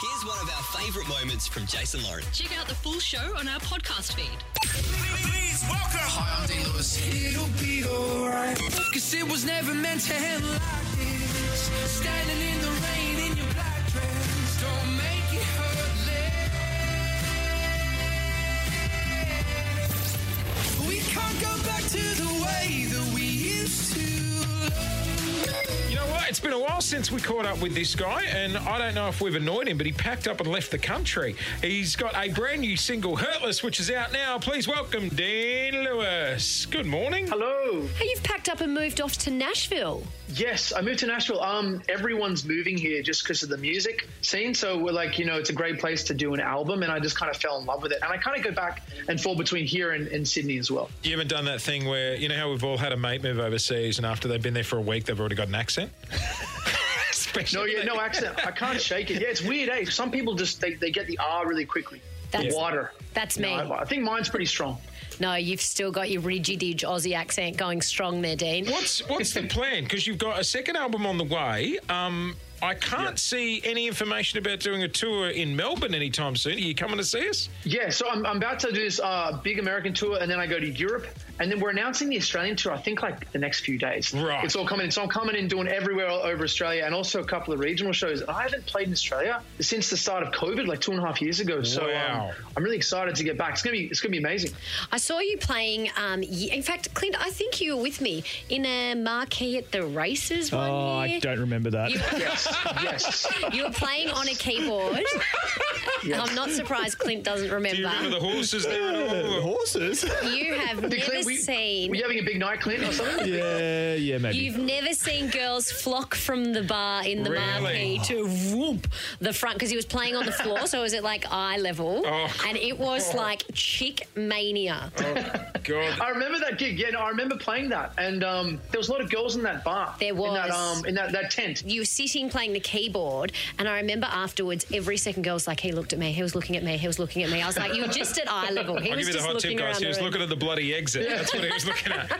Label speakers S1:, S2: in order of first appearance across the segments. S1: Here's one of our favourite moments from Jason Lauren.
S2: Check out the full show on our podcast feed.
S3: Please welcome. Hi, I'm Dean Lewis.
S4: It'll be alright. Cause it was never meant to end like this. Standing in the rain in your black dress. Don't make it hurt less. We can't go back to the way that we used to.
S5: You know what? It's been a while since we caught up with this guy, and I don't know if we've annoyed him, but he packed up and left the country. He's got a brand new single, Hurtless, which is out now. Please welcome Dean Lewis. Good morning.
S6: Hello.
S2: Hey, you've packed up and moved off to Nashville.
S6: Yes, I moved to Nashville. Um, everyone's moving here just because of the music scene. So we're like, you know, it's a great place to do an album, and I just kind of fell in love with it. And I kind of go back and fall between here and, and Sydney as well.
S5: You haven't done that thing where, you know how we've all had a mate move overseas, and after they've been there for a week, they've already got an accent?
S6: No,
S5: Especially-
S6: yeah, no accent. I can't shake it. Yeah, it's weird, eh? Some people just they, they get the R really quickly.
S2: That's-
S6: Water.
S2: That's me.
S6: No, I, I think mine's pretty strong.
S2: No, you've still got your rigidage Aussie accent going strong there, Dean.
S5: What's what's the plan? Because you've got a second album on the way. Um, I can't see any information about doing a tour in Melbourne anytime soon. Are you coming to see us?
S6: Yeah, so I'm, I'm about to do this uh, big American tour, and then I go to Europe, and then we're announcing the Australian tour. I think like the next few days.
S5: Right.
S6: It's all coming in. So I'm coming in doing everywhere all over Australia, and also a couple of regional shows. I haven't played in Australia since the start of COVID, like two and a half years ago. So
S5: Wow.
S6: um, I'm really excited to get back. It's gonna be it's gonna be amazing.
S2: I saw you playing, um, y- in fact, Clint, I think you were with me in a marquee at the races one
S7: Oh,
S2: year.
S7: I don't remember that.
S6: Yes, yes.
S2: You were playing on a keyboard. I'm not surprised Clint doesn't remember.
S5: Do you remember the horses there? and all?
S7: Horses?
S2: You have
S6: Hey,
S2: never
S6: Clint, we-
S2: seen.
S6: Were you having a big night, Clint, or something?
S7: yeah, yeah, maybe.
S2: You've never seen girls flock from the bar in the
S5: Really?
S2: marquee to whoop the front because he was playing on the floor, so it was at like eye level,
S5: Oh,
S2: and it was like chick mania.
S5: God,
S6: I remember that gig. Yeah, no, I remember playing that, and um, there was a lot of girls in that bar.
S2: There
S6: in that,
S2: was.
S6: um, in that, that tent.
S2: You were sitting playing the keyboard, and I remember afterwards, every second girl was like, "He looked at me. He was looking at me. He was looking at me." I was like, "You were just at eye level. He
S5: I'll give you
S2: was
S5: the
S2: just
S5: hot
S2: looking
S5: tip, guys.
S2: around
S5: He
S2: the
S5: was
S2: room."
S5: looking at the bloody exit. That's what he was looking at.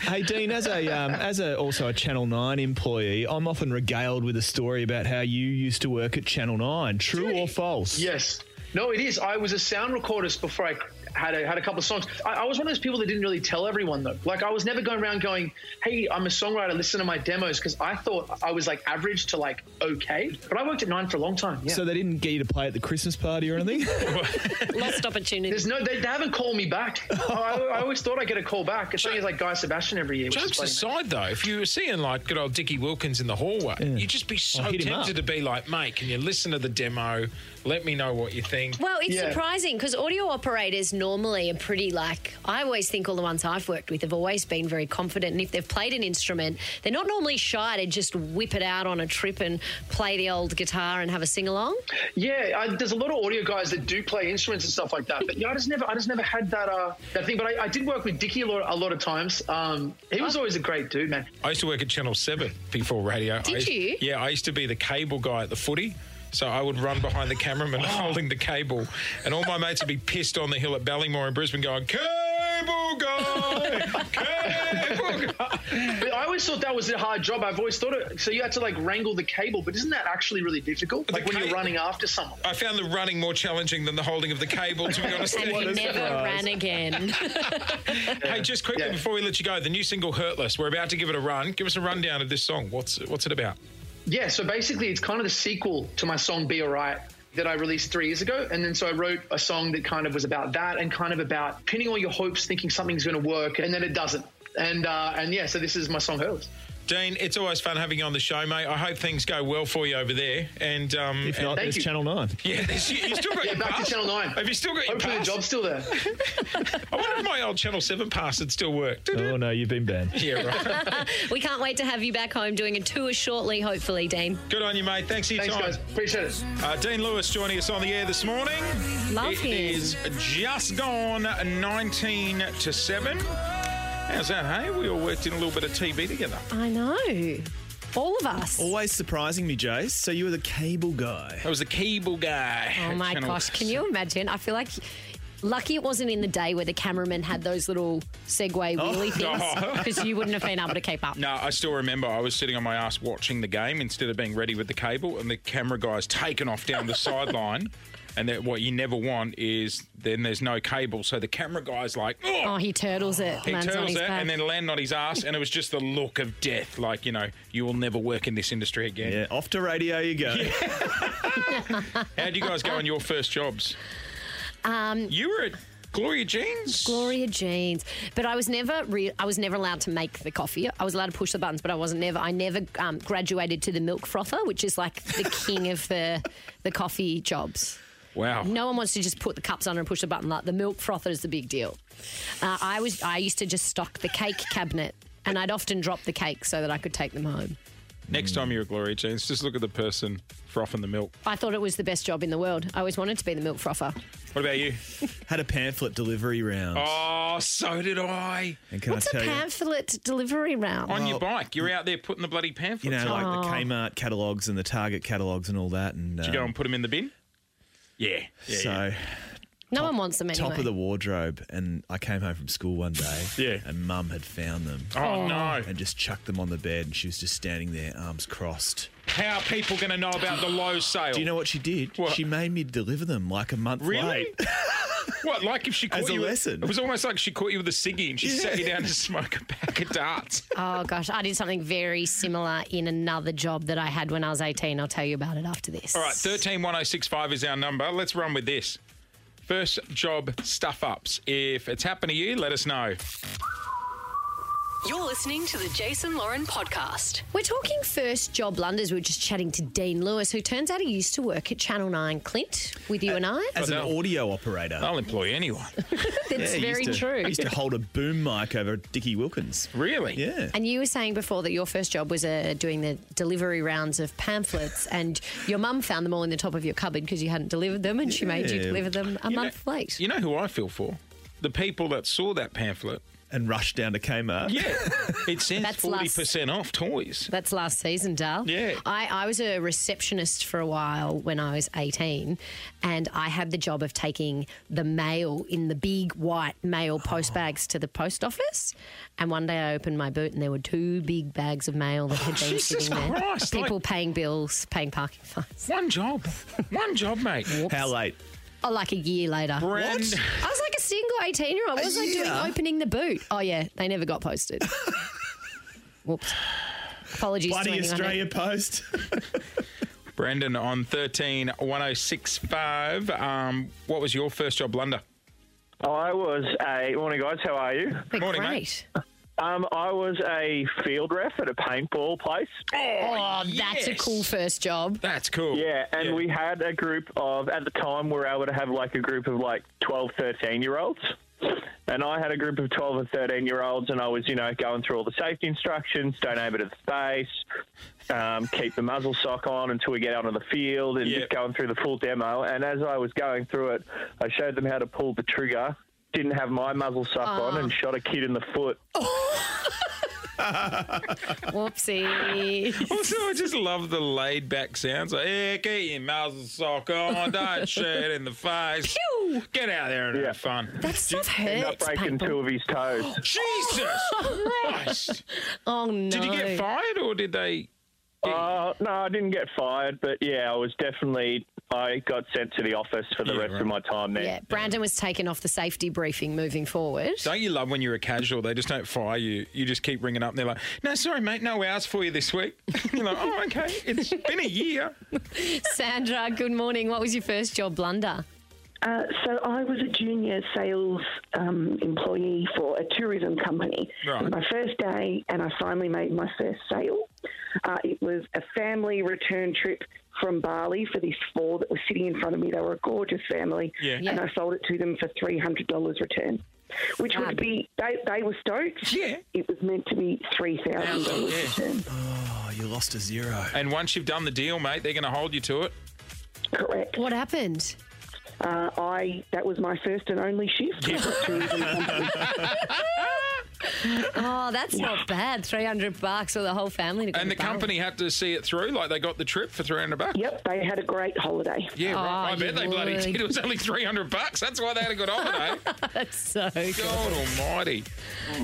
S7: Hey Dean, as a um, as a also a Channel Nine employee, I'm often regaled with a story about how you used to work at Channel Nine. True or false?
S6: Yes. No, it is. I was a sound recordist before I had a, had a couple of songs. I, I was one of those people that didn't really tell everyone though. Like I was never going around going, "Hey, I'm a songwriter. Listen to my demos," because I thought I was like average to like okay. But I worked at Nine for a long time. Yeah.
S7: So they didn't get you to play at the Christmas party or anything.
S2: Lost opportunity.
S6: There's no, they, they haven't called me back. I, I always thought I get a call back. It's only like Guy Sebastian every year. which is
S5: Jokes
S6: funny, man.
S5: aside, though, if you were seeing like good old Dickie Wilkins in the hallway, you'd just be so
S7: hit him
S5: tempted
S7: up.
S5: to be like, mate, can you listen to the demo? Let me know what you think.
S2: Well, it's
S6: Yeah.
S2: surprising because audio operators normally are pretty like I always think all the ones I've worked with have always been very confident, and if they've played an instrument, they're not normally shy to just whip it out on a trip and play the old guitar and have a sing along.
S6: Yeah, I, there's a lot of audio guys that do play instruments and stuff like that. But yeah, I just never, I just never had that uh, that thing. But I, I did work with Dickie a lot, a lot of times. Um, he was always a great dude, man.
S5: I used to work at Channel 7 before radio.
S2: Did
S5: I used-
S2: you?
S5: Yeah, I used to be the cable guy at the footy. So I would run behind the cameraman holding the cable. And all my mates would be pissed on the hill at Ballymore in Brisbane going, Cable guy! Cable guy!
S6: But I always thought that was a hard job. I've always thought it. So you had to like wrangle the cable, but isn't that actually really difficult? Like when
S5: ca-
S6: you're running after someone.
S5: I found the running more challenging than the holding of the cable, to be honest.
S2: And you
S7: a
S2: never
S7: surprise.
S2: ran again.
S5: Hey, just quickly
S6: Yeah.
S5: before we let you go, the new single "Hurtless." We're about to give it a run. Give us a rundown of this song. What's what's it about?
S6: Yeah, so basically, it's kind of the sequel to my song "Be Alright" that I released three years ago, and then so I wrote a song that kind of was about that, and kind of about pinning all your hopes, thinking something's going to work, and then it doesn't. And uh, and yeah, so this is my song "Hurls."
S5: Dean, it's always fun having you on the show, mate. I hope things go well for you over there. And um,
S7: if not,
S6: Thank
S7: there's
S6: you.
S7: Channel Nine.
S5: yeah, there's- you, you still got your
S6: Back
S5: pass?
S6: to Channel Nine.
S5: Have you still got your
S6: Hopefully, the
S5: pass?
S6: job's still there.
S5: I wonder if my old Channel Seven pass had still worked.
S7: Oh no, you've been banned.
S5: yeah, right.
S2: we can't wait to have you back home doing a tour shortly, hopefully, Dean.
S5: Good on you, mate. Thanks for your
S6: Thanks,
S5: time.
S6: guys. Appreciate it.
S5: Uh, Dean Lewis joining us on the air this morning.
S2: Love
S5: It
S2: him.
S5: is just gone 19 to 7. How's that, hey? We all worked in a little bit of TV together.
S2: I know. All of us.
S7: Always surprising me, Jace. So you were the cable guy.
S5: That was the cable guy.
S2: Oh
S5: at
S2: my
S5: Channel
S2: gosh, can you imagine? I feel like Lucky it wasn't in the day where the cameraman had those little Segway wheelie things
S5: Oh.
S2: because you wouldn't have been able to keep up.
S5: No, I still remember I was sitting on my ass watching the game instead of being ready with the cable, and the camera guy's taken off down the sideline. And that what you never want is then there's no cable, so the camera guy's like, oh,
S2: Oh, he turtles it.
S5: he
S2: lands on
S5: turtles
S2: his
S5: it
S2: back.
S5: and then land on his ass, and it was just the look of death. Like you know, you will never work in this industry again.
S7: Yeah, off to radio you go.
S5: How would you guys go on your first jobs? Um, you were at Gloria Jeans.
S2: Gloria jeans. But I was never re- I was never allowed to make the coffee. I was allowed to push the buttons, but I wasn't never. I never um, graduated to the milk frother, which is like the king of the the coffee jobs.
S5: Wow.
S2: No one wants to just put the cups under and push the button. Like the milk frother is the big deal. Uh, I was I used to just stock the cake cabinet, and I'd often drop the cake so that I could take them home.
S5: Next time you're at Gloria Jeans, just look at the person frothing the milk.
S2: I thought it was the best job in the world. I always wanted to be the milk frother.
S5: What about you?
S7: Had a pamphlet delivery round.
S5: Oh, so did I.
S7: and can
S2: What's a
S7: I tell you?
S2: pamphlet delivery round?
S5: On your bike, you're out there putting the bloody pamphlets.
S7: You know,
S5: up.
S7: like the Kmart catalogs and the Target catalogs and all that. And um,
S5: Did you go and put them in the bin. Yeah. yeah
S7: so
S5: yeah.
S2: no one wants them anyway.
S7: top of the wardrobe. And I came home from school one day.
S5: Yeah.
S7: And Mum had found them
S5: Oh, no!
S7: and just chucked them on the bed. And she was just standing there, arms crossed.
S5: How are people going to know about the low sale?
S7: Do you know what she did?
S5: Oh. What?
S7: She made me deliver them like a month
S5: Really?
S7: late.
S5: what? Like if she caught
S7: As a
S5: you?
S7: lesson.
S5: It was almost like she caught you with a ciggy and she sat you down to smoke a pack of darts.
S2: Oh gosh, I did something very similar in another job that I had when I was 18. I'll tell you about it after this.
S5: All right, thirteen one zero six five is our number. Let's run with this. First job stuff ups. If it's happened to you, let us know.
S8: You're listening to the Jason Lauren podcast.
S2: We're talking first job blunders. We were just chatting to Dean Lewis, who turns out he used to work at Channel 9 Clint with you and I.
S7: As an
S5: no.
S7: audio operator.
S5: I'll employ anyone.
S2: That's
S7: Uh, Yeah, he
S2: very
S7: used to-
S2: true.
S7: he used to hold a boom mic over Dickie Wilkins.
S5: Really?
S7: Yeah.
S2: And you were saying before that your first job was uh, doing the delivery rounds of pamphlets, and your mum found them all in the top of your cupboard because you hadn't delivered them, and she made you
S7: Yeah.
S2: deliver them a
S5: You know-
S2: month late.
S5: You know who I feel for? The people that saw that pamphlet.
S7: And rushed down to Kmart.
S5: Yeah. It says
S2: That's
S5: forty
S2: lust.
S5: percent off toys.
S2: That's last season, Dal.
S5: Yeah.
S2: I, I was a receptionist for a while when I was 18, and I had the job of taking the mail in the big white mail post bags to the post office. And one day I opened my boot, and there were two big bags of mail that had been
S5: Jesus
S2: sitting there.
S5: Christ,
S2: People
S5: like-
S2: paying bills, paying parking fines.
S5: One job. One job, mate.
S7: How late?
S2: Oh, like a year later.
S5: Brand-
S2: What? I was like a single 18 year old. What was I doing
S7: year?
S2: opening the boot? Oh, yeah, they never got posted. Whoops. Apologies to
S7: Bloody
S2: anyone who-
S7: Australia Post.
S5: Brendan on 13 1065. Um, what was your first job blunder?
S9: I was a morning, guys. How are you?
S2: But
S5: Morning, mate.
S2: great.
S9: Um, I was a field ref at a paintball place.
S2: Oh, that's a
S5: yes.
S2: cool first job.
S5: That's cool.
S9: Yeah, and
S5: Yeah.
S9: we had a group of at the time we were able to have like a group of like 12, 13 year olds. And I had a group of 12 and 13 year olds, and I was, you know, going through all the safety instructions don't aim it at the face, um, keep the muzzle sock on until we get out on the field, and
S5: Yep.
S9: just going through the full demo. And as I was going through it, I showed them how to pull the trigger, didn't have my muzzle sock on, and shot a kid in the foot.
S2: Whoopsie.
S5: Also, Oh, I just love the laid back sounds. Like, yeah, get your muzzle sock on, don't shoot in the face.
S2: Pew!
S5: Get out there and
S9: Yeah.
S5: have fun.
S2: That stuff
S9: End up
S2: hurts.
S9: breaking
S2: painful.
S9: two of his toes.
S5: Jesus Christ.
S2: Oh no!
S5: Did you get fired or did they?
S9: Uh, no, I didn't get fired, but yeah, I was definitely. I got sent to the office for the
S5: Yeah,
S9: rest
S5: right.
S9: of my time there.
S2: Yeah, Brandon was taken off the safety briefing moving forward.
S5: Don't you love when you're a casual? They just don't fire you. You just keep ringing up and they're like, no, sorry, mate, no hours for you this week. you're like, oh, okay. It's been a year.
S2: Sandra, good morning. What was your first job blunder?
S10: Uh, so I was a junior sales um, employee for a tourism company. It
S5: Right.
S10: was my first day, and I finally made my first sale. Uh, it was a family return trip from Bali for this four that was sitting in front of me. They were a gorgeous family,
S5: Yeah.
S10: and I sold it to them for three hundred dollars return, which
S2: Fab.
S10: would be they, they were stoked.
S5: Yeah.
S10: It was meant to be three thousand dollars
S5: Yeah.
S10: return.
S7: oh, you lost a zero.
S5: And once you've done the deal, mate, they're going to hold you to it.
S10: Correct.
S2: What happened?
S10: Uh, I that was my first and only shift. Tourism company.
S2: oh, that's not bad. 300 bucks for the whole family to go
S5: And
S2: to
S5: the
S2: Bali.
S5: company had to see it through, like they got the trip for 300 bucks.
S10: Yep, they had a great holiday.
S5: Yeah, right. I
S2: Oh,
S5: bet
S2: you
S5: they bloody
S2: would.
S5: did. It was only 300 bucks. That's why they had a good holiday.
S2: That's so
S5: God almighty.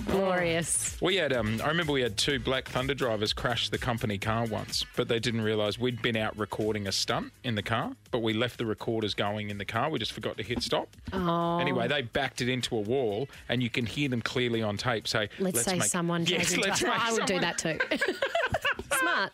S2: glorious.
S5: We had, um, I remember we had two Black Thunder drivers crash the company car once, but they didn't realise we'd been out recording a stunt in the car, but we left the recorders going in the car. We just forgot to hit stop. Oh. Anyway, they backed it into a wall, and you can hear them clearly on tape say,
S2: Let's, say
S5: make-
S2: someone
S5: Yes,
S2: drives into
S5: let's
S2: us.
S5: make
S2: I would do
S5: someone-
S2: that too. Smart.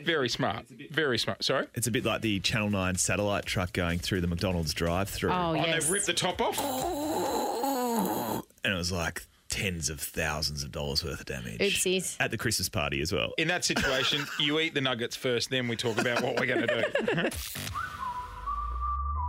S5: Very smart. Very smart. Sorry?
S7: It's a bit like the Channel 9 satellite truck going through the McDonald's drive through.
S2: Oh,
S5: Oh,
S2: yes.
S5: they ripped the top off.
S2: Oh.
S7: And it was like tens of thousands of dollars worth of damage.
S2: Oopsies.
S7: At the Christmas party as well.
S5: In that situation, you eat the nuggets first, then we talk about what we're going to do.